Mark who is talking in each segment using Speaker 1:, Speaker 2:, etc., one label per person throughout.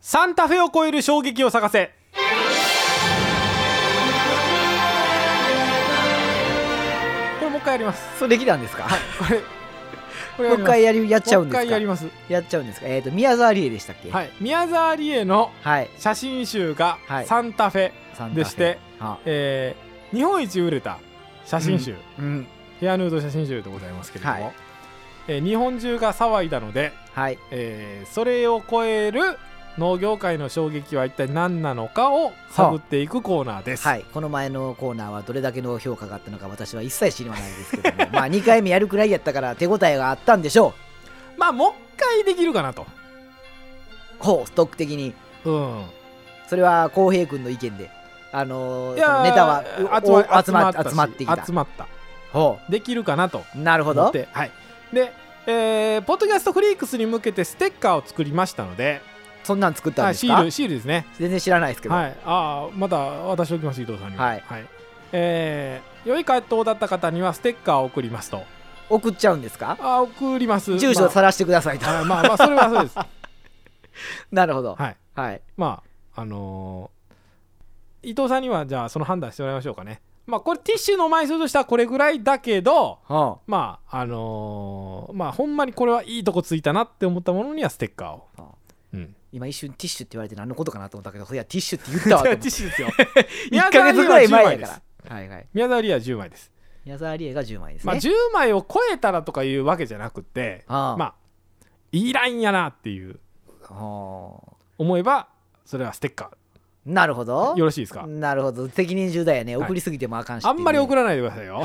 Speaker 1: サンタフェを超える衝撃を探せこれもう一回やります
Speaker 2: それできたんですか
Speaker 1: これこれ
Speaker 2: もう一回
Speaker 1: やり
Speaker 2: やりやっ
Speaker 1: ます
Speaker 2: ちゃうんで
Speaker 1: もう
Speaker 2: す
Speaker 1: 一回や
Speaker 2: か
Speaker 1: ります
Speaker 2: やっちゃうんですかえっ、と宮沢りえでしたっけい、
Speaker 1: はい宮沢りえの
Speaker 2: はい、
Speaker 1: 写真集が
Speaker 2: はい
Speaker 1: サンタフェ、
Speaker 2: サンタフェ
Speaker 1: でして、
Speaker 2: は
Speaker 1: えー日本一売れた写真集、
Speaker 2: うん
Speaker 1: ヘアヌード写真集でございますけれども、
Speaker 2: はい
Speaker 1: えー日本中が騒いだので、
Speaker 2: はい
Speaker 1: えーそれを超える農業界の衝撃は一体何なのかを探っていくコーナーです、
Speaker 2: はい、この前のコーナーはどれだけの評価があったのか私は一切知りませんですけども まあ2回目やるくらいやったから手応えがあったんでしょ
Speaker 1: まあもう一回できるかなと
Speaker 2: うほうストック的に
Speaker 1: うん
Speaker 2: それは浩平君の意見であのー
Speaker 1: いや
Speaker 2: その
Speaker 1: ー
Speaker 2: ネタは
Speaker 1: 集ま
Speaker 2: お集ま
Speaker 1: し
Speaker 2: 集まってきた
Speaker 1: 集まった
Speaker 2: ほ
Speaker 1: できるかなと
Speaker 2: うなるほ
Speaker 1: 思
Speaker 2: ど
Speaker 1: ってはいでえーポッドキャストフリークスに向けてステッカーを作りましたので
Speaker 2: そんなん作ったん
Speaker 1: は
Speaker 2: で
Speaker 1: い
Speaker 2: す
Speaker 1: シ
Speaker 2: か、
Speaker 1: ールシールですね
Speaker 2: 全然知らないですけど、
Speaker 1: はいああまた渡しておきます伊藤さんにも
Speaker 2: はい
Speaker 1: えー良い回答だった方にはステッカーを送りますと
Speaker 2: 送っちゃうんですか
Speaker 1: ああ送ります
Speaker 2: 住所
Speaker 1: ま
Speaker 2: を晒してくださいと、
Speaker 1: あはいまあまあそれはそうです
Speaker 2: なるほど
Speaker 1: はい
Speaker 2: はい
Speaker 1: まああのー伊藤さんにはじゃあその判断してもらいましょうかねまあこれティッシュの枚数としてはこれぐらいだけど
Speaker 2: ほ
Speaker 1: まああのーまあほんまにこれはいいとこついたなって思ったものにはステッカーを
Speaker 2: うほう
Speaker 1: うん
Speaker 2: 今一瞬ティッシュって言われて何のことかなと思ったけどいやティッシュって言ったわ
Speaker 1: い
Speaker 2: と
Speaker 1: や
Speaker 2: 思っ
Speaker 1: ティ
Speaker 2: て
Speaker 1: ッシュ ですよ
Speaker 2: 1ヶ月ぐらい前
Speaker 1: 宮沢
Speaker 2: や
Speaker 1: りえは10枚で
Speaker 2: か
Speaker 1: す
Speaker 2: らはいはい
Speaker 1: 宮沢りえは10枚です
Speaker 2: 宮沢りえが10枚ですね、
Speaker 1: まあ10枚を超えたらとかいうわけじゃなくて
Speaker 2: ああ
Speaker 1: まあいいラインやなっていう
Speaker 2: ほ
Speaker 1: 思えばそれはステッカ
Speaker 2: うなるほど
Speaker 1: ーよろしいですか
Speaker 2: なるほど責任重大やね
Speaker 1: はい
Speaker 2: 送りすぎてもあかんし、
Speaker 1: あんまり送
Speaker 2: ら
Speaker 1: らないでくださいよ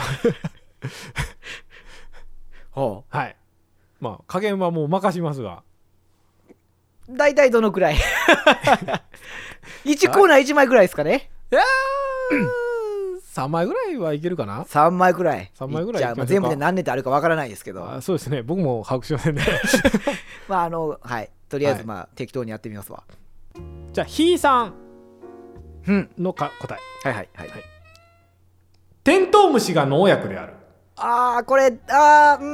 Speaker 2: ほ
Speaker 1: はいまあ加減はもう任しますが
Speaker 2: う大体どのくらい 1コーナー1枚くらいですかね
Speaker 1: いやー3枚ぐらいはいけるかな
Speaker 2: 3枚くらい
Speaker 1: 三枚くらい
Speaker 2: じゃあ、
Speaker 1: いきま
Speaker 2: まあ、
Speaker 1: しょうか
Speaker 2: 全部で何ネタあるかわからないですけど
Speaker 1: あそうですね僕も把握しませ んね
Speaker 2: まああのはいとりあえ
Speaker 1: は
Speaker 2: ず
Speaker 1: い
Speaker 2: まあ、適当にやってみますわ
Speaker 1: じゃあひーさん
Speaker 2: うん
Speaker 1: のか答え
Speaker 2: はいはいはい、
Speaker 1: はいテントウムシが農薬である
Speaker 2: ああこれあーう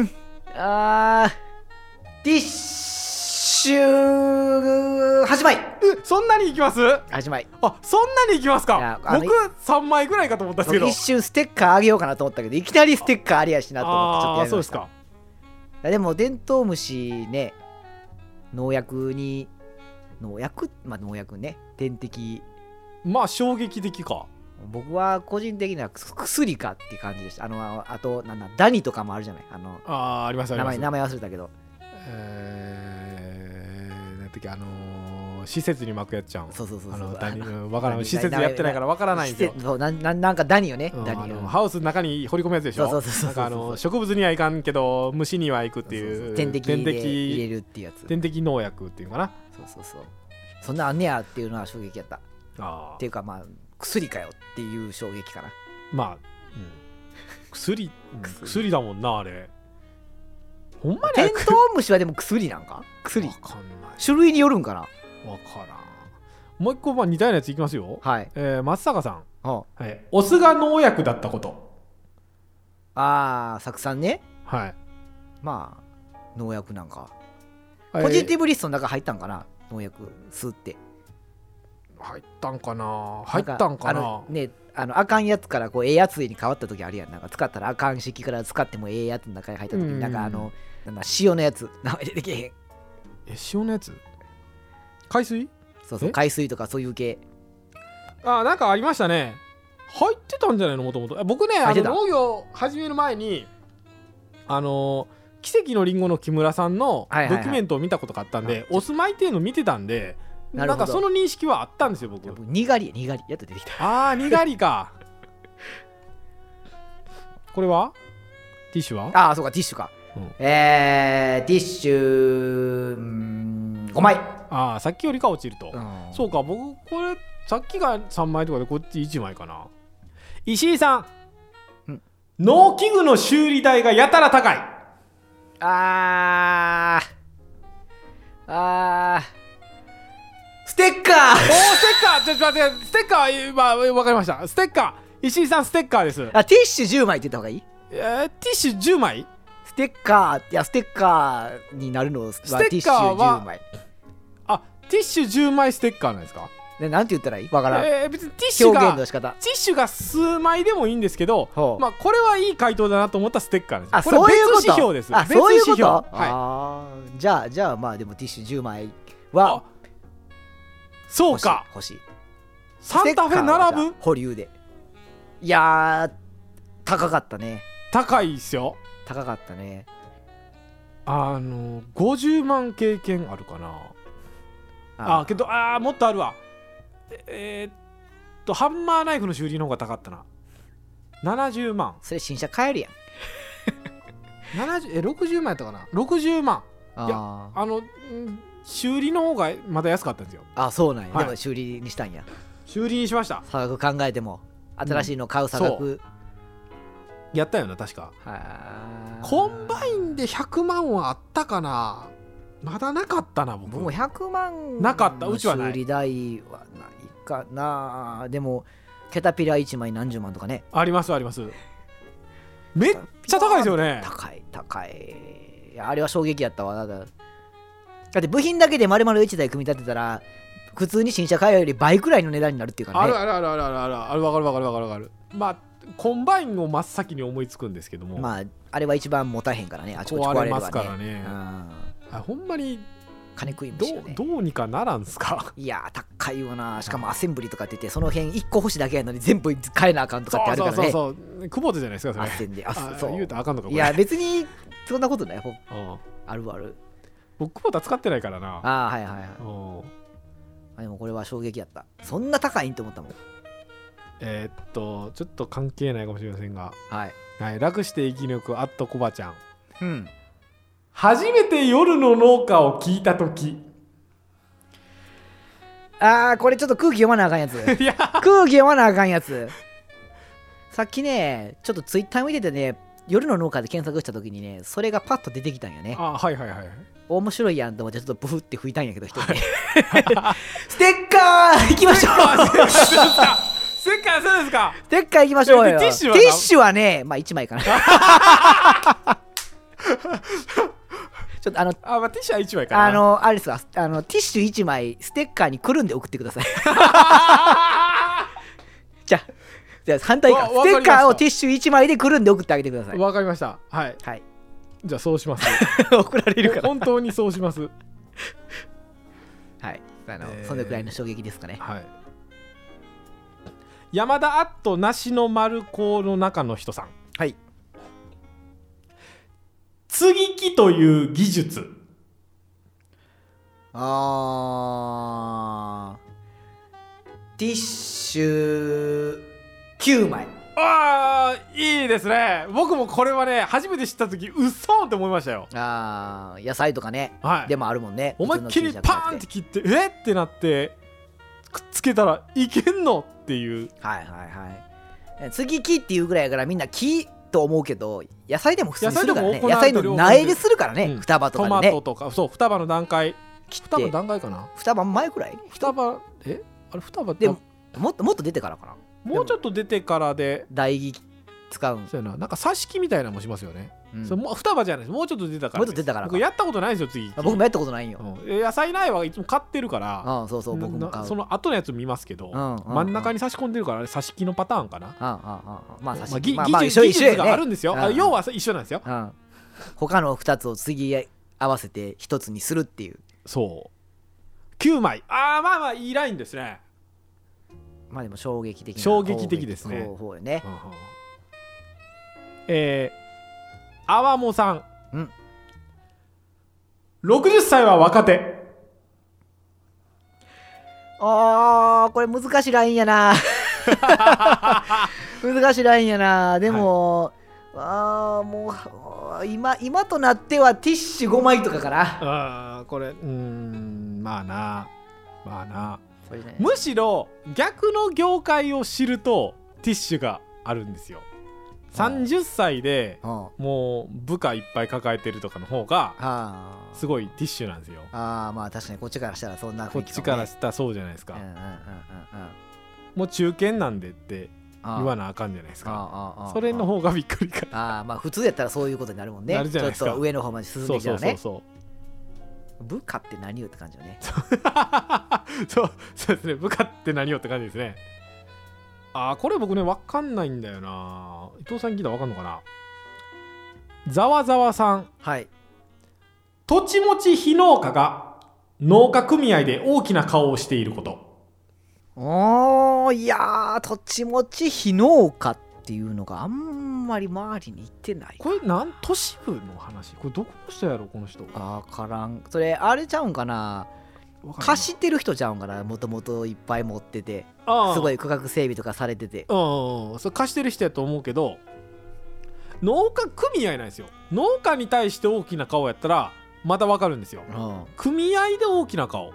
Speaker 2: ーんあーティッシュ8枚
Speaker 1: うそんなにいきます
Speaker 2: 8枚
Speaker 1: あそんなにいきます
Speaker 2: いや
Speaker 1: か
Speaker 2: あの
Speaker 1: 僕3枚ぐらいかと思ったんですけど
Speaker 2: 一瞬ステッカーあげようかなと思ったけどいきなりステッカーありやしなと思ってちょっと
Speaker 1: ああ
Speaker 2: や
Speaker 1: ーそう
Speaker 2: りま
Speaker 1: で
Speaker 2: し
Speaker 1: す
Speaker 2: た
Speaker 1: か
Speaker 2: いやでもデントウムシね農薬に農薬まあ農薬ね点滴
Speaker 1: まあ衝撃的か
Speaker 2: 僕は個人的にはく薬かって感じでしたあのああとなんだダニとかもあるじゃないあの
Speaker 1: ああありますあり
Speaker 2: 名
Speaker 1: ます
Speaker 2: 前名前忘れたけど
Speaker 1: えー、なんてあのー、施設に巻くやっちゃうん
Speaker 2: そうそうそうそう
Speaker 1: あの
Speaker 2: あ
Speaker 1: ダニうんわから
Speaker 2: ダ
Speaker 1: ん
Speaker 2: ニ
Speaker 1: 施設やってないからわからないんですよ
Speaker 2: 施設そうなんなんなんかダニよね、
Speaker 1: うん
Speaker 2: ダニ
Speaker 1: あの
Speaker 2: うん
Speaker 1: ハウスの中に掘り込むやつでしょ
Speaker 2: そうそうそうそう
Speaker 1: なんかあの植物にはいかんけど虫にはいくって
Speaker 2: そうそう
Speaker 1: い
Speaker 2: そうう点滴で
Speaker 1: 点
Speaker 2: 入れ
Speaker 1: 滴
Speaker 2: るっていうやつ
Speaker 1: 点滴農薬っていうのかな
Speaker 2: そうそうそうそんなんあんねやっていうのは衝撃やったっ
Speaker 1: あ
Speaker 2: ていうかまあ薬かよっていう衝撃かな
Speaker 1: まあ、うん薬うん
Speaker 2: 薬
Speaker 1: 薬だもんなあれほんまに
Speaker 2: テントウムシはでも薬なんか薬
Speaker 1: わかんない
Speaker 2: 種類によるんかな
Speaker 1: わからんもう一個まあ似たようなやついきますよ、
Speaker 2: はい、
Speaker 1: えー松坂さん、
Speaker 2: うん
Speaker 1: はい、お酢が農薬だったこと
Speaker 2: ああ酢酸ね
Speaker 1: はい
Speaker 2: まあ農薬なんかポジティブリストの中入ったんかな農薬吸って
Speaker 1: 入ったんかな入ったんか
Speaker 2: あ
Speaker 1: な
Speaker 2: のねあのあかんやつからこうええやつに変わった時あるやんなんか使ったらあかん式から使ってもええやつの中に入った時
Speaker 1: うん
Speaker 2: になんかあのなんだ塩のやつ 名前出てけへん
Speaker 1: え塩のやつ海水
Speaker 2: そうそう
Speaker 1: え
Speaker 2: 海水とかそういう系
Speaker 1: あなんかありましたね入ってたんじゃないのもともと僕ねあ
Speaker 2: 入っ
Speaker 1: の
Speaker 2: てた
Speaker 1: 農業始める前にあの奇跡のりんごの木村さんの
Speaker 2: はいはいはい
Speaker 1: ドキュメントを見たことがあったんで、
Speaker 2: はい
Speaker 1: お住まいっていうの見てたんでな
Speaker 2: なる
Speaker 1: ん
Speaker 2: ほど
Speaker 1: かその認識はあったんですよ僕
Speaker 2: 僕にがりにがりやっと出てきた
Speaker 1: ああにがりかこれはティッシュは
Speaker 2: ああそうかティッシュか、
Speaker 1: うん
Speaker 2: えー、ティッシュうーん5枚、
Speaker 1: ああさっきよりか落ちると、
Speaker 2: う
Speaker 1: そうか僕これさっきが3枚とかでこっち1枚かな石井さん、
Speaker 2: うん
Speaker 1: 農機具の修理代がやたら高い
Speaker 2: あーあーステッカ
Speaker 1: おー
Speaker 2: ー
Speaker 1: ステッカーちょっと待ってステッカーは今分かりましたステッカー石井さんステッカーです
Speaker 2: あティッシュ10枚って言った方がいい
Speaker 1: えーティッシュ10枚
Speaker 2: ステッカーいやステッカーになるのは
Speaker 1: ステッカーは
Speaker 2: ティッシュ10枚
Speaker 1: あティッシュ10枚ステッカーなんですか
Speaker 2: でなんて言ったらいいわからん、
Speaker 1: えー別にティッシュ
Speaker 2: 表現
Speaker 1: が
Speaker 2: の仕方
Speaker 1: ティッシュが数枚でもいいんですけど
Speaker 2: ほう
Speaker 1: まあこれはいい回答だなと思ったステッカーなんです
Speaker 2: あ
Speaker 1: よこれは
Speaker 2: そういうこと
Speaker 1: 別指標です
Speaker 2: あそういうこ
Speaker 1: 別
Speaker 2: と、
Speaker 1: 指標はい
Speaker 2: あーじゃあじゃあまあでもティッシュ10枚
Speaker 1: あ
Speaker 2: は
Speaker 1: そう
Speaker 2: 欲しい
Speaker 1: か
Speaker 2: 欲しい
Speaker 1: サンタフェ並ぶ
Speaker 2: ぶ保留でいやー高かったね
Speaker 1: 高いっすよ
Speaker 2: 高かったね
Speaker 1: あの50万経験あるかなあ
Speaker 2: ー
Speaker 1: けどあーもっとあるわええーっとハンマーナイフの修理の方が高かったな70万
Speaker 2: それ新車買えるやん
Speaker 1: 70え60万やったかな60万いや
Speaker 2: あー
Speaker 1: あのん修理の方がまだ安かったんですよ
Speaker 2: あそうなんや、
Speaker 1: はい
Speaker 2: でも修理にしたんや
Speaker 1: 修理にしました
Speaker 2: 差額考えても新しいの買う差額、
Speaker 1: やったよな確か
Speaker 2: はー
Speaker 1: コンバインで100万はあったかなまだなかったな僕
Speaker 2: 僕も100万
Speaker 1: なかったうちはない
Speaker 2: の修理代はないかなでもケタピラ1枚何十万とかね
Speaker 1: ありますありますめっちゃ高いですよね
Speaker 2: 高い高いいやあれは衝撃やったわだだだって部品だけで丸々1台組み立てたら普通に新車買えるより倍くらいの値段になるっていうか
Speaker 1: ある
Speaker 2: ね
Speaker 1: あるあるあるあるあるあるわかるわかるわかるわかるまあコンバインを真っ先に思いつくんですけども、
Speaker 2: まああれは一番持たへんからねあちこち壊
Speaker 1: 壊
Speaker 2: れ
Speaker 1: れ
Speaker 2: る
Speaker 1: ますか
Speaker 2: かららね
Speaker 1: ね
Speaker 2: うん
Speaker 1: あほんまに
Speaker 2: 金食い
Speaker 1: ど
Speaker 2: 虫よ
Speaker 1: う
Speaker 2: ね
Speaker 1: どうにかならんすか
Speaker 2: いやー高いよなしかもアセンブリとかって言ってその辺1個星だけやのに全部買えなあかんとかってある
Speaker 1: そ
Speaker 2: か
Speaker 1: う
Speaker 2: ら
Speaker 1: そう
Speaker 2: ね
Speaker 1: そうそう久保田じゃないですかそ
Speaker 2: あ
Speaker 1: れ
Speaker 2: ってんであ
Speaker 1: あ
Speaker 2: そう
Speaker 1: 言うたらあかんのかこ
Speaker 2: い
Speaker 1: れ
Speaker 2: や別にそんなことないほ
Speaker 1: うん
Speaker 2: あるある
Speaker 1: 僕久保田使ってないからな
Speaker 2: ああはいはいはい
Speaker 1: うん
Speaker 2: あでもこれは衝撃やったそんな高いんと思ったもん
Speaker 1: えーっとちょっと関係ないかもしれませんが、
Speaker 2: はい
Speaker 1: はい、楽して生き抜くあっとこばちゃん
Speaker 2: うん
Speaker 1: 初めて夜の農家を聞いた時
Speaker 2: あーこれちょっと空気読まなあかんやつ
Speaker 1: いや
Speaker 2: 空気読まなあかんやつさっきねちょっとツイッター見ててね夜の農家で検索した時にねそれがパッと出てきたんやね
Speaker 1: あはいはいはい
Speaker 2: 面白いやんと思ってちょっとブフって吹いたんやけど 一人でステッカー行きましょうス
Speaker 1: そうですかせっかそうですか
Speaker 2: テッカー行きましょう
Speaker 1: で
Speaker 2: よ
Speaker 1: ティッシュは
Speaker 2: はねまあ1枚か なちょっとあの
Speaker 1: あまあティッシュは1枚かな
Speaker 2: あ の、あれですわ、あの、ティッシュ1枚、ステッカーにくるんで送ってください。 じゃあ、じゃあ反対か。
Speaker 1: わ
Speaker 2: ステ
Speaker 1: わ
Speaker 2: ッカー
Speaker 1: かりまし
Speaker 2: を
Speaker 1: た
Speaker 2: ティッシュ1枚でくるんで送ってあげてください。
Speaker 1: わかりましたはい
Speaker 2: はい。
Speaker 1: じゃあそうします
Speaker 2: 送られるから。
Speaker 1: 本当にそうします
Speaker 2: はい。あの、
Speaker 1: えー
Speaker 2: そのくらいの衝撃ですかね。
Speaker 1: はい山田アット梨の丸子の中の人さん
Speaker 2: はい。
Speaker 1: 接ぎ木という技術
Speaker 2: あー、ティッシュ9枚。
Speaker 1: ああいいですね僕もこれはね初めて知った時うっそーって思いましたよ
Speaker 2: あー、野菜とかね。
Speaker 1: はい
Speaker 2: でもあるもんね。
Speaker 1: 思いっきりパーンって切ってえってなってくっつけたらいけんのっていう
Speaker 2: はいはいはい。次木っていうぐらいやからみんな木と思うけど野菜でも普通にするからね
Speaker 1: 野菜でも行われて
Speaker 2: 野菜
Speaker 1: る
Speaker 2: の苗でするからね、
Speaker 1: うん
Speaker 2: 双葉と
Speaker 1: ト
Speaker 2: か
Speaker 1: マ
Speaker 2: で
Speaker 1: ト
Speaker 2: ね
Speaker 1: とかそう双葉の段階
Speaker 2: 切
Speaker 1: 双葉の
Speaker 2: って
Speaker 1: 段階かな
Speaker 2: 双葉前くらい
Speaker 1: 双葉えあれ双葉って
Speaker 2: でももっともっと出てからかな
Speaker 1: もうちょっと出てからで
Speaker 2: 代木使うん、
Speaker 1: そうやななんか挿し木みたいなのもしますよね、
Speaker 2: うん
Speaker 1: それもう双葉じゃないですもうちょっと出たから
Speaker 2: もうちょっと出たからか
Speaker 1: 僕やったことないんですよ次
Speaker 2: あ僕もやったことないんよ、
Speaker 1: うんえ野菜苗はいつも買ってるから
Speaker 2: うん、そうそう僕も買う
Speaker 1: なその後のやつ見ますけど、
Speaker 2: うんうん
Speaker 1: 真ん中に差し込んでるからあれ挿し木のパターンかな、
Speaker 2: うんうんうんうんまあ差し、
Speaker 1: まあぎ
Speaker 2: まあまあ
Speaker 1: 技
Speaker 2: 一緒
Speaker 1: 術
Speaker 2: 一緒
Speaker 1: 技術
Speaker 2: や
Speaker 1: があ
Speaker 2: ね
Speaker 1: るんですよ、
Speaker 2: うん
Speaker 1: あ要は一緒なんですよ、
Speaker 2: うん、他の2つを次合わせて1つにするっていう
Speaker 1: そう9枚ああまあまあいいラインですね、
Speaker 2: まあでも衝撃的な
Speaker 1: 衝撃的ですね
Speaker 2: 方法よね
Speaker 1: えー、あわもさん、
Speaker 2: うん
Speaker 1: 60歳は若手
Speaker 2: あーこれ難しいラインや な難しいラインやなでも、ああもうあー今今となってはティッシュ5枚とかかな
Speaker 1: あーこれうーんまあなまあな
Speaker 2: これね
Speaker 1: むしろ逆の業界を知るとティッシュがあるんですよ30歳で
Speaker 2: うん
Speaker 1: もう部下いっぱい抱えてるとかの方が
Speaker 2: あー
Speaker 1: すごいティッシュなんですよ
Speaker 2: あーまあ確かにこっちからしたらそんな
Speaker 1: こっ
Speaker 2: 雰囲気
Speaker 1: ち
Speaker 2: か
Speaker 1: か
Speaker 2: もね
Speaker 1: らしたらそうじゃないですか、
Speaker 2: うんうんうんうんうん
Speaker 1: もう中堅なんでって
Speaker 2: あー
Speaker 1: 言わなあかんじゃないですか
Speaker 2: あーあーあー
Speaker 1: それの方がびっくりか
Speaker 2: あーまあ普通やったらそういうことになるもんね
Speaker 1: なるじゃないですか
Speaker 2: ちょっと上の方まで進ん
Speaker 1: そ
Speaker 2: で
Speaker 1: う
Speaker 2: きた
Speaker 1: そ
Speaker 2: ら
Speaker 1: うそう
Speaker 2: ね
Speaker 1: そう
Speaker 2: 部下って何よって感じよ ね
Speaker 1: そうそうですね部下って何よって感じですねああこれ僕ね分かんないんだよな伊藤さん聞いたら分かんのかなざわざわさん
Speaker 2: はい
Speaker 1: 土地持ち非農家が農家組合で大きな顔をしていること
Speaker 2: おーいやー土地持ち非農家っていうのがあんまり周りにいてない
Speaker 1: これなん都市部の話これどこの人やろこの人
Speaker 2: あーからんそれあれちゃうんかな貸
Speaker 1: 貸
Speaker 2: してる人ちゃうんかなもともといっぱい持ってて
Speaker 1: あ
Speaker 2: す
Speaker 1: い
Speaker 2: ごい区画整備とかされてて
Speaker 1: うんうんうんそれ貸してる人やと思うけど農家組合なんですよ農家に対して大きな顔やったらまた分かるんですよ
Speaker 2: うん
Speaker 1: 組合で大きな顔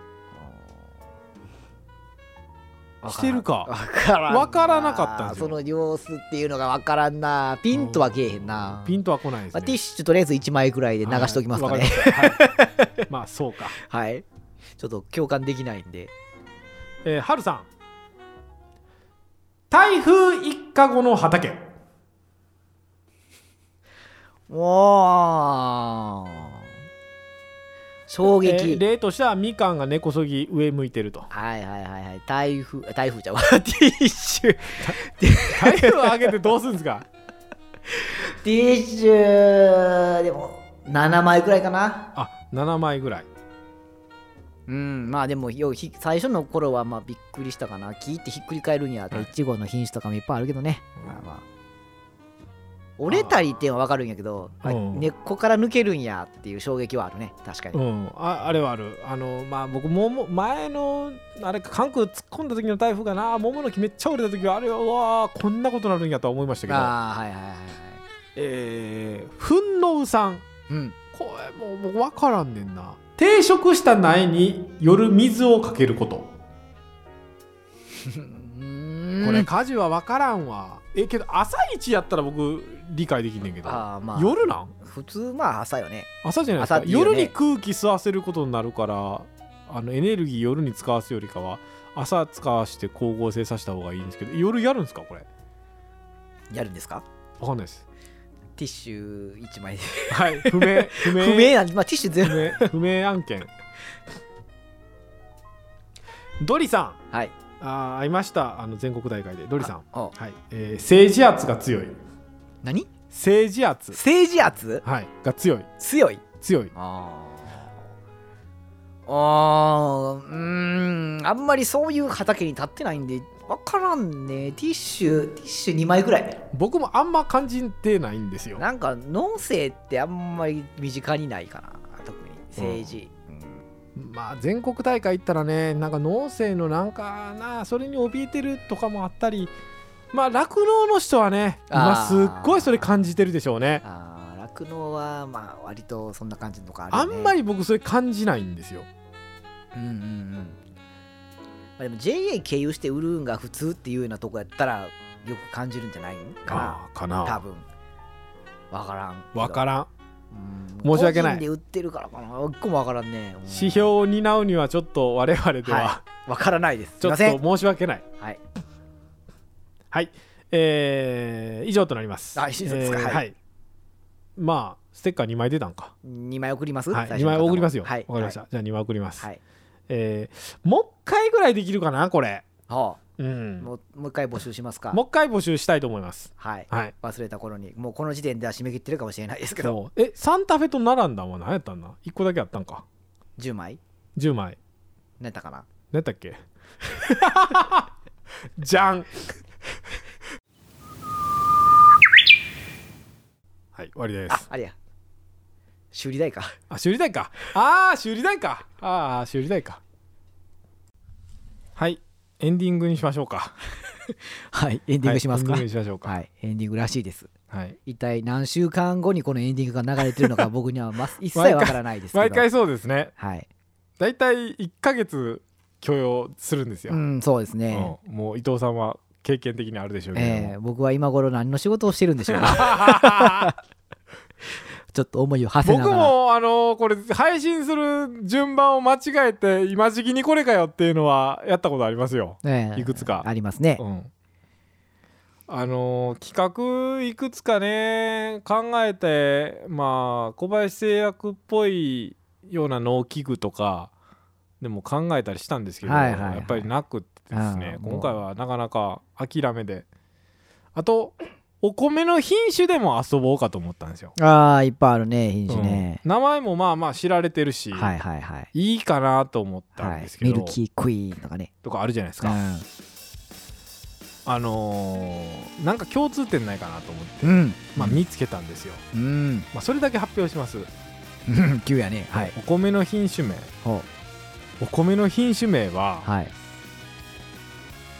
Speaker 1: してるか
Speaker 2: わからん
Speaker 1: わからなかったんですよ
Speaker 2: その様子っていうのがわからんなピンとはけえへんな
Speaker 1: ピンとは来ないです
Speaker 2: まあ
Speaker 1: ね
Speaker 2: ティッシュとりあえず1枚ぐらいで流しときますか
Speaker 1: はい
Speaker 2: ね
Speaker 1: わかりましたはいまあそうか
Speaker 2: はい、ちょっと共感できないんで
Speaker 1: えー、はるさん台風一過後の畑
Speaker 2: おー衝
Speaker 1: え
Speaker 2: 撃、
Speaker 1: ー例としてはみかんが根こそぎ上向いてると
Speaker 2: はいはいはいはい台風あ台風じゃん ティッシュ
Speaker 1: 台風を上げてどうするんですか
Speaker 2: ティッシュでも7枚ぐらいかな
Speaker 1: あ7枚ぐらい
Speaker 2: うんまあでもようひ最初の頃はまあびっくりしたかな聞いてひっくり返るんやって
Speaker 1: はい
Speaker 2: いちごの品種とかもいっぱいあるけどね、
Speaker 1: うん
Speaker 2: まあまあ折れたりっていうのはわかるんやけど、あ
Speaker 1: うん
Speaker 2: 根っこから抜けるんやっていう衝撃はあるね確かに、
Speaker 1: うんああれはあるあのまあ僕桃前のあれか関空突っ込んだ時の台風かな桃の木めっちゃ折れた時はあれはうわーこんなことなるんやとは思いましたけど
Speaker 2: ああはいはいはいはい
Speaker 1: えー、ふんのうさん
Speaker 2: うん
Speaker 1: これもう僕分からんねんな定食した苗に夜水をかけることこれ家事は分からんわえけど朝一やったら僕理解できんねんけど、
Speaker 2: ああまあ
Speaker 1: 夜なん
Speaker 2: 普通まあ朝よね
Speaker 1: 朝じゃないですか、
Speaker 2: 朝っていうね
Speaker 1: 夜に空気吸わせることになるからあのエネルギー夜に使わすよりかは朝使わして光合成させた方がいいんですけど夜やるんですかこれ
Speaker 2: やるんですか
Speaker 1: 分かんないです
Speaker 2: ティッシュ1枚で
Speaker 1: はい 不明不明
Speaker 2: 不明なんでまあティッシュゼロ
Speaker 1: 不明不明案件ドリさん
Speaker 2: はい
Speaker 1: あー会いましたあの全国大会でドリさん
Speaker 2: お
Speaker 1: はいえー政治圧が強い
Speaker 2: 何
Speaker 1: 政治圧、
Speaker 2: 政治圧
Speaker 1: はい、が強い
Speaker 2: 強い
Speaker 1: 強い
Speaker 2: あああーうーんあんまりそういう畑に立ってないんで分からんねティッシュティッシュ2枚ぐらい
Speaker 1: 僕もあんま感じてないんですよ
Speaker 2: なんか農政ってあんまり身近にないかな特に政治、
Speaker 1: まあ全国大会行ったらねなんか農政のなんかなそれに怯えてるとかもあったりまあ酪農の人はね今
Speaker 2: あ
Speaker 1: すっ
Speaker 2: ー
Speaker 1: ごいそれ感じてるでしょうね
Speaker 2: ああ酪農はまあ割とそんな感じのとかある
Speaker 1: あ
Speaker 2: よね
Speaker 1: んまり僕それ感じないんですよ
Speaker 2: うんうんうんまあ、でも JA 経由して売るんが普通っていうようなとこやったらよく感じるんじゃないんか
Speaker 1: あーか
Speaker 2: な多
Speaker 1: な
Speaker 2: 分わからん
Speaker 1: 分かららん
Speaker 2: ん
Speaker 1: 申し訳ない
Speaker 2: 個人で売ってるからかな一個もわからんねうん
Speaker 1: 指標を担うにはちょっと我々では
Speaker 2: は、わからないですす
Speaker 1: ち
Speaker 2: い
Speaker 1: ょ
Speaker 2: ま
Speaker 1: っと
Speaker 2: せん
Speaker 1: 申し訳ない
Speaker 2: はい
Speaker 1: はいえー以上となります
Speaker 2: あ以上ですか
Speaker 1: えー
Speaker 2: はい
Speaker 1: はいまあステッカー2枚出たんか
Speaker 2: 2枚送ります、
Speaker 1: はい
Speaker 2: 最
Speaker 1: 2
Speaker 2: 初の
Speaker 1: 枚
Speaker 2: 方も
Speaker 1: 送りますよわ
Speaker 2: は
Speaker 1: か
Speaker 2: い
Speaker 1: りましたじゃあ2枚送ります
Speaker 2: はい、はい
Speaker 1: えーもう一回ぐらいできるかなこれ
Speaker 2: は
Speaker 1: う
Speaker 2: あ
Speaker 1: ん
Speaker 2: もうもう一回募集しますか
Speaker 1: もう一回募集したいと思います
Speaker 2: はい
Speaker 1: はい
Speaker 2: 忘れた頃にもうこの時点では締め切ってるかもしれないですけど
Speaker 1: そうえサンタフェと並んだんは何やったんだ1個だけあったんか
Speaker 2: 10枚
Speaker 1: 10枚
Speaker 2: 何やったかな
Speaker 1: 何やったっけ じゃんはい終わりで
Speaker 2: あ
Speaker 1: す
Speaker 2: あれや修理代か
Speaker 1: あ修理代かああ修理代かああ修理代かはいエンディングにしましょうか
Speaker 2: はいエンディングしますか、
Speaker 1: はい、エンディングにしましょうか
Speaker 2: はい、エンディングらしいです。
Speaker 1: はい
Speaker 2: 一体何週間後にこのエンディングが流れてるの か僕にはま一切わからないですけど。
Speaker 1: 毎回そうですね
Speaker 2: はい。
Speaker 1: 大体1ヶ月許容するんですよ、
Speaker 2: うん、そうですね。
Speaker 1: うんもう伊藤さんは経験的にあるでしょうけども、
Speaker 2: えー僕は今頃何の仕事をしてるんでしょうか。 ちょっと思いを馳せな
Speaker 1: 僕
Speaker 2: がら。
Speaker 1: もあのこれ配信する順番を間違えて今時期にこれかよっていうのはやったことありますよ、
Speaker 2: ええ
Speaker 1: いくつか
Speaker 2: ありますね
Speaker 1: う。ん、あの企画いくつかね考えてまあ小林製薬っぽいような農機具とかでも考えたりしたんですけど、
Speaker 2: はいはいはい
Speaker 1: やっぱりなくってですね
Speaker 2: あーもう
Speaker 1: 今回はなかなか諦めであとお米の品種でも遊ぼうかと思ったんですよ、
Speaker 2: ああいっぱいあるね品種ね、
Speaker 1: うん名前もまあまあ知られてるし、
Speaker 2: はいはいはい
Speaker 1: い、いかなと思った
Speaker 2: は
Speaker 1: ん
Speaker 2: い
Speaker 1: です、け
Speaker 2: ミ
Speaker 1: ど、
Speaker 2: ルキークイーンとかね、
Speaker 1: とかあるじゃないです
Speaker 2: う
Speaker 1: か、あのーなんか共通点ないかなと思って、
Speaker 2: んうん
Speaker 1: まあ、見つけたんですよ、
Speaker 2: うん
Speaker 1: まあ、それだけ発表します
Speaker 2: うん急やねはい
Speaker 1: お米の品種名
Speaker 2: ほ
Speaker 1: お米の品種名は
Speaker 2: うはい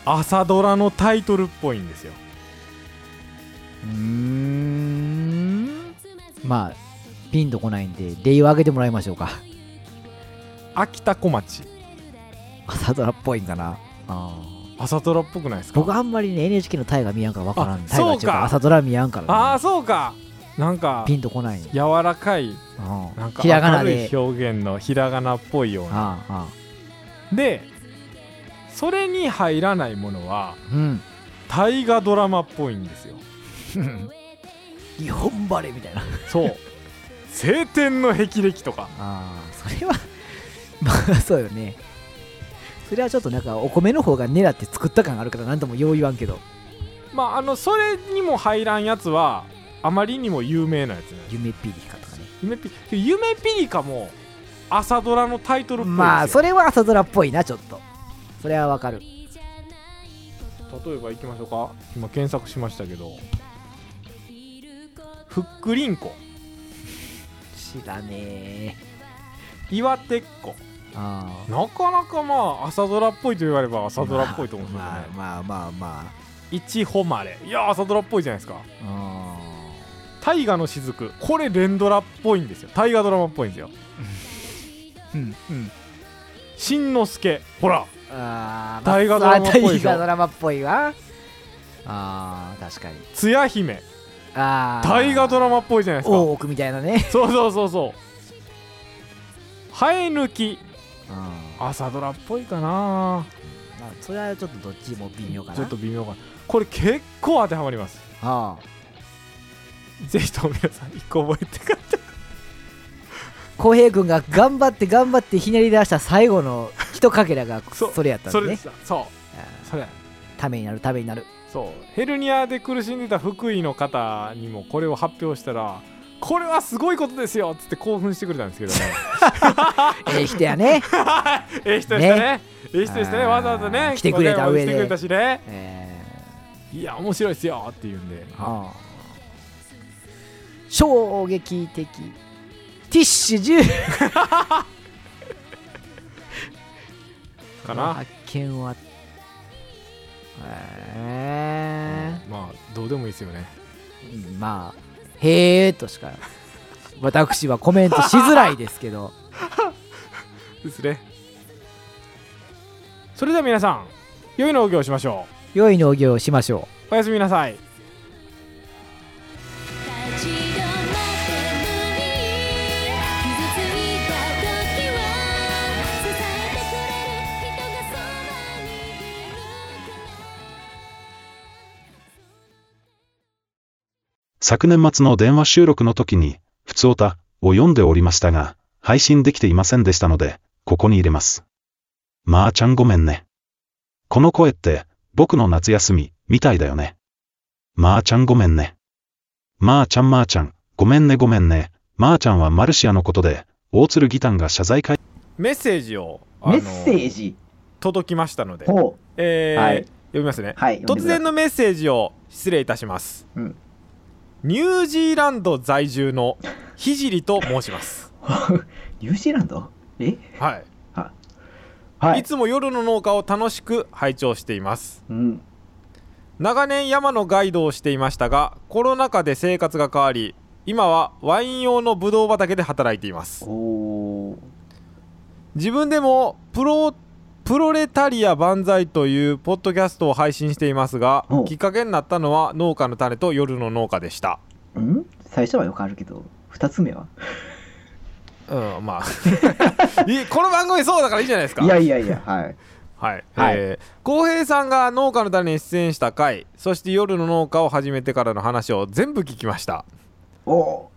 Speaker 1: 朝ドラのタイトルっぽいんですよ
Speaker 2: うーんまあピンとこないんで理由を挙げてもらいましょうか
Speaker 1: 秋田小町
Speaker 2: 朝ドラっぽいんかなあー
Speaker 1: 朝ドラっぽくないですか
Speaker 2: 僕あんまりね NHK の大河見やんから分から
Speaker 1: あ
Speaker 2: ん大河って
Speaker 1: そ
Speaker 2: い
Speaker 1: うか
Speaker 2: 朝ドラ見やんからね、
Speaker 1: ああそうかなんか
Speaker 2: ピンとこないんよ
Speaker 1: 柔らかい
Speaker 2: あ
Speaker 1: なんか
Speaker 2: ひらがな
Speaker 1: 明
Speaker 2: で
Speaker 1: るい表現のひらがなっぽいような
Speaker 2: ああ
Speaker 1: でそれに入らないものは
Speaker 2: あうん
Speaker 1: 大河ドラマっぽいんですよ
Speaker 2: 日本バレーみたいな
Speaker 1: そう 晴天の霹靂とか
Speaker 2: ああ それはまあそうよねそれはちょっとなんかお米の方が狙って作った感あるから何ともよう言わんけど
Speaker 1: まああのそれにも入らんやつはあまりにも有名なやつね
Speaker 2: 夢ピリカとかね
Speaker 1: 夢ピ夢ピリカも朝ドラのタイトルっぽいんですよ、
Speaker 2: まあそれは朝ドラっぽいなちょっとそれはわかる
Speaker 1: 例えば行きましょうか今検索しましたけどふっくりんこ
Speaker 2: 知らねえ
Speaker 1: 岩手っ子
Speaker 2: あ
Speaker 1: なかなかまあ朝ドラっぽいと言われば朝ドラっぽいと思うんですよね、
Speaker 2: まあまあまあまあ
Speaker 1: いちほまれいや朝ドラっぽいじゃないですか
Speaker 2: あ
Speaker 1: 大河の雫これ連ドラっぽいんですよ大河ドラマっぽいんですよ
Speaker 2: ーうんうん
Speaker 1: しんのすけほら
Speaker 2: あー
Speaker 1: 大河ドラマっぽいでしょ
Speaker 2: 大河ドラマっぽいわあー確かに
Speaker 1: つや姫
Speaker 2: あー
Speaker 1: 大河ドラマっぽいじゃないですか
Speaker 2: 大奥みたいなね
Speaker 1: そうそうそうそう生え抜き
Speaker 2: あ
Speaker 1: 朝ドラっぽいかな
Speaker 2: まあそれはちょっとどっちも微妙かな
Speaker 1: ちょっと微妙かなこれ結構当てはまります
Speaker 2: ああ
Speaker 1: ぜひとも皆さん一個覚えてから
Speaker 2: 浩平君が頑張って頑張ってひねり出した最後の一かけらが
Speaker 1: そう
Speaker 2: それやった
Speaker 1: そ
Speaker 2: ん
Speaker 1: れ
Speaker 2: で
Speaker 1: で
Speaker 2: ね
Speaker 1: したそ
Speaker 2: あ
Speaker 1: うそれ
Speaker 2: ーためになるためになる
Speaker 1: そうヘルニアで苦しんでた福井の方にもこれを発表したらこれはすごいことですよっつって興奮してくれたんですけ どね
Speaker 2: ええ人やね、
Speaker 1: ええ人でしたねええ人でしたね
Speaker 2: あー
Speaker 1: わざわざね
Speaker 2: 来てくれた
Speaker 1: 和歌山ま来
Speaker 2: 上で
Speaker 1: てくれたしね
Speaker 2: え
Speaker 1: いや面白いですよって言うんで
Speaker 2: ーあー衝撃的ティッシュ10
Speaker 1: か
Speaker 2: の
Speaker 1: な
Speaker 2: 発見はえ
Speaker 1: まあどうでもいいですよね
Speaker 2: ーまあへえとしか私はコメントしづらいです けど
Speaker 1: ですねそれでは皆さん良い農業をしましょ
Speaker 2: 良い農業をしましょう
Speaker 1: うおやすみなさい
Speaker 3: 立ち止まってもいい傷ついた時も支えてくれる人がそばにいるから
Speaker 4: 昨年末の電話収録の時に、ふつおたを読んでおりましたが、配信できていませんでしたので、ここに入れます。まーちゃんごめんね。この声って、僕の夏休み、みたいだよね。まーちゃんごめんね。まーちゃんまーちゃん、ごめんねごめんね。まーちゃんはマルシアのことで、大鶴ギタンが謝罪会
Speaker 1: メッセージをあの
Speaker 5: メッセージ
Speaker 1: 届きましたので、
Speaker 5: を、
Speaker 1: えー
Speaker 5: はい
Speaker 1: 読みますね、
Speaker 5: はい、
Speaker 1: 突然
Speaker 5: の、
Speaker 1: のメッセージを失礼いたします、
Speaker 5: うん
Speaker 1: ニュージーランド在住のひじりと申します
Speaker 5: ニュージーランドえ
Speaker 1: はい、、
Speaker 5: はい
Speaker 1: つも夜の農家を楽しく拝聴しています
Speaker 5: うん、
Speaker 1: 長年山のガイドをしていましたがコロナ禍で生活が変わり今はワイン用のブドウ畑で働いています
Speaker 5: おー
Speaker 1: 自分でもプロプロレタリア万歳というポッドキャストを配信していますが
Speaker 5: お
Speaker 1: きっかけになったのは農家の種と夜の農家でした
Speaker 5: ん最初はよくあるけど二つ目は
Speaker 1: うんまあ いいこの番組そうだからいいじゃないですか
Speaker 5: いやいやいやはい
Speaker 1: はい、
Speaker 5: はい
Speaker 1: えー浩平さんが農家の種に出演した回そして夜の農家を始めてからの話を全部聞きました
Speaker 5: おー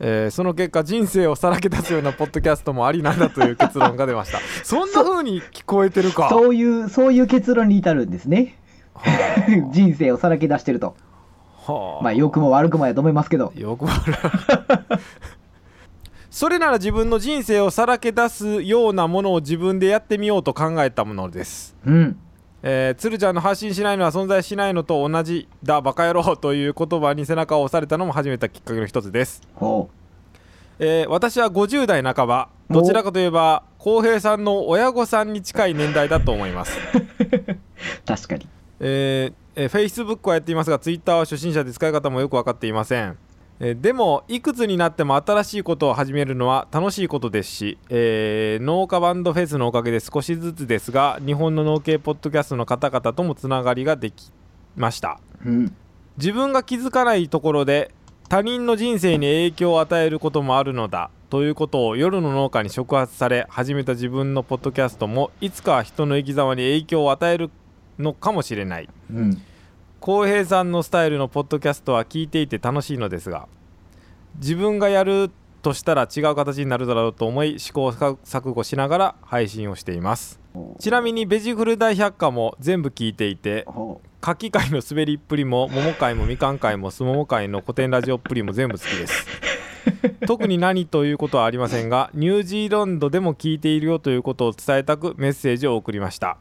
Speaker 1: えーその結果人生をさらけ出すようなポッドキャストもありなんだという結論が出ました そんな風に聞こえてるか
Speaker 5: そういう、そういう結論に至るんですね。 人生をさらけ出してると。
Speaker 1: は
Speaker 5: まあ、良くも悪くもやと思いますけど。
Speaker 1: よく悪い それなら自分の人生をさらけ出すようなものを自分でやってみようと考えたものです
Speaker 5: うん。
Speaker 1: えー、鶴ちゃんの発信しないのは存在しないのと同じだバカ野郎という言葉に背中を押されたのも始めたきっかけの一つです
Speaker 5: ほ
Speaker 1: えー私は50代半ばどちらかといえば浩平さんの親御さんに近い年代だと思います、
Speaker 5: う。確かに。
Speaker 1: えーえー Facebook はやっていますが Twitter は初心者で使い方もよく分かっていません、えーでもいくつになっても新しいことを始めるのは楽しいことですし、えー農家バンドフェスのおかげで少しずつですが日本の農系ポッドキャストの方々ともつながりができました
Speaker 5: うん。
Speaker 1: 自分が気づかないところで他人の人生に影響を与えることもあるのだということを夜の農家に触発され始めた自分のポッドキャストもいつかは人の生き様に影響を与えるのかもしれない
Speaker 5: うん。
Speaker 1: 浩平さんのスタイルのポッドキャストは聞いていて楽しいのですが自分がやるとしたら違う形になるだろうと思い試行錯誤しながら配信をしていますちなみにベジフル大百科も全部聞いていて
Speaker 5: ほう。
Speaker 1: 柿会の滑りっぷりも桃会もみかん会もすもも会の古典ラジオっぷりも全部好きです特に何ということはありませんがニュージーランドでも聞いているよということを伝えたくメッセージを送りました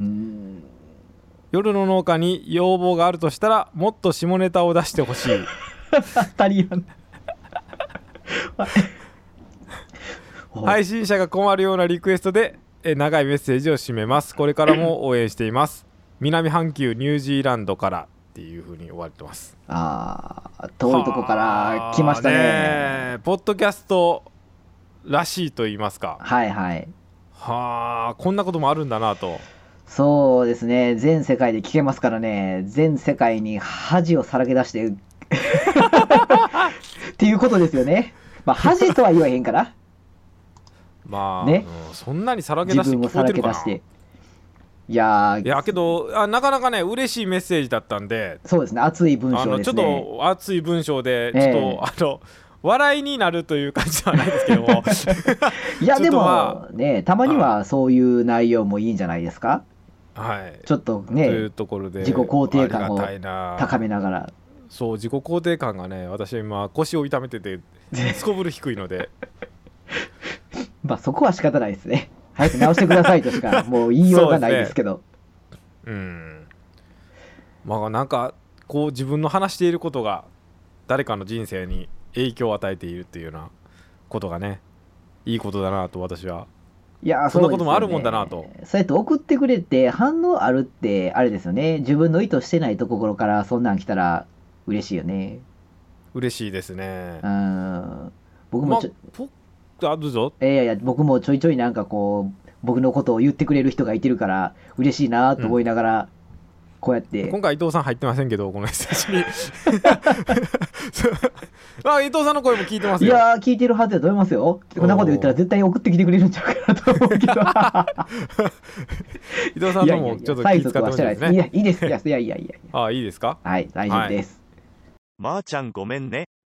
Speaker 5: うーん。
Speaker 1: 夜の農家に要望があるとしたらもっと下ネタを出してほしい
Speaker 5: 当たりやん。は
Speaker 1: 配
Speaker 5: い。
Speaker 1: 信者が困るようなリクエストでえ長いメッセージを締めますこれからも応援しています南半球ニュージーランドからっていうふうに終わってます
Speaker 5: ああ、遠いとこから来ましたね。
Speaker 1: はあえポッドキャストらしいと言いますか
Speaker 5: はいはい。
Speaker 1: はあこんなこともあるんだなと
Speaker 5: そうですね。全世界で聞けますからね。全世界に恥をさらけ出 して。っていうことですよね。まあ、恥とは言わへんから。
Speaker 1: まあ、
Speaker 5: ね
Speaker 1: うんそんなにさらけ出し
Speaker 5: 自
Speaker 1: て
Speaker 5: 分を
Speaker 1: 聞
Speaker 5: さ
Speaker 1: こえ
Speaker 5: ら
Speaker 1: て
Speaker 5: け
Speaker 1: るか
Speaker 5: 出
Speaker 1: な
Speaker 5: して。いやー
Speaker 1: いやけどあなかなかね嬉しいメッセージだったんで
Speaker 5: そうですね。熱い文
Speaker 1: あ
Speaker 5: 章
Speaker 1: の
Speaker 5: で
Speaker 1: ちょ
Speaker 5: す
Speaker 1: っ
Speaker 5: ね。
Speaker 1: と熱い文章でちょっ
Speaker 5: ええ
Speaker 1: と、あの笑いになるという感じではないですけども
Speaker 5: い や、
Speaker 1: ちょっ
Speaker 5: で
Speaker 1: とま
Speaker 5: も、ね、たまにはそういう内容もいいんじゃないですか。
Speaker 1: はい
Speaker 5: ちょっと
Speaker 1: という
Speaker 5: ね、
Speaker 1: ところで
Speaker 5: 自己肯定感を
Speaker 1: ありがたいな
Speaker 5: 高めながら。
Speaker 1: そう自己肯定感がね私は今腰を痛めて てすこぶる低いので
Speaker 5: まあ、そこは仕方ないですね。早く直してくださいと しか、もう言いようがないですけど。
Speaker 1: うんまあなんかこう自分の話していることが誰かの人生に影響を与えているっていうようなことがねいいことだなと私はい
Speaker 5: やー
Speaker 1: そんなこと
Speaker 5: うですよ
Speaker 1: もあるもんだなと
Speaker 5: そうやって送ってくれて反応あるってあれですよね自分の意図してないところからそんなん来たら嬉しいよね
Speaker 1: 嬉しいですね
Speaker 5: う。ーん僕
Speaker 1: ま
Speaker 5: も
Speaker 1: あ
Speaker 5: ちょ、
Speaker 1: ぽあどうぞ
Speaker 5: いやいや僕もちょいちょいなんかこう僕のことを言ってくれる人がいてるから嬉しいなと思いながら、こうやって
Speaker 1: 今回伊藤さん入ってませんけどこの久しぶり まあ伊藤さんの声も聞いてます
Speaker 5: い
Speaker 1: よ
Speaker 5: やー聞いてるはずやと思いますよこんなこと言ったら絶対送ってきてくれるんちゃうかなと思うけ ど
Speaker 1: 伊藤さん と
Speaker 5: いやいや
Speaker 1: も
Speaker 5: い
Speaker 1: ちょ
Speaker 5: や
Speaker 1: っと
Speaker 5: 催
Speaker 1: 気遣っ
Speaker 5: 促
Speaker 1: て
Speaker 5: は
Speaker 1: ま
Speaker 5: し
Speaker 1: してた
Speaker 5: ない
Speaker 1: で
Speaker 5: ですすい
Speaker 1: ね
Speaker 5: やいいですいやいやいやいや
Speaker 1: あいいですか
Speaker 5: はい大丈夫です、
Speaker 6: まーちゃんごめんね。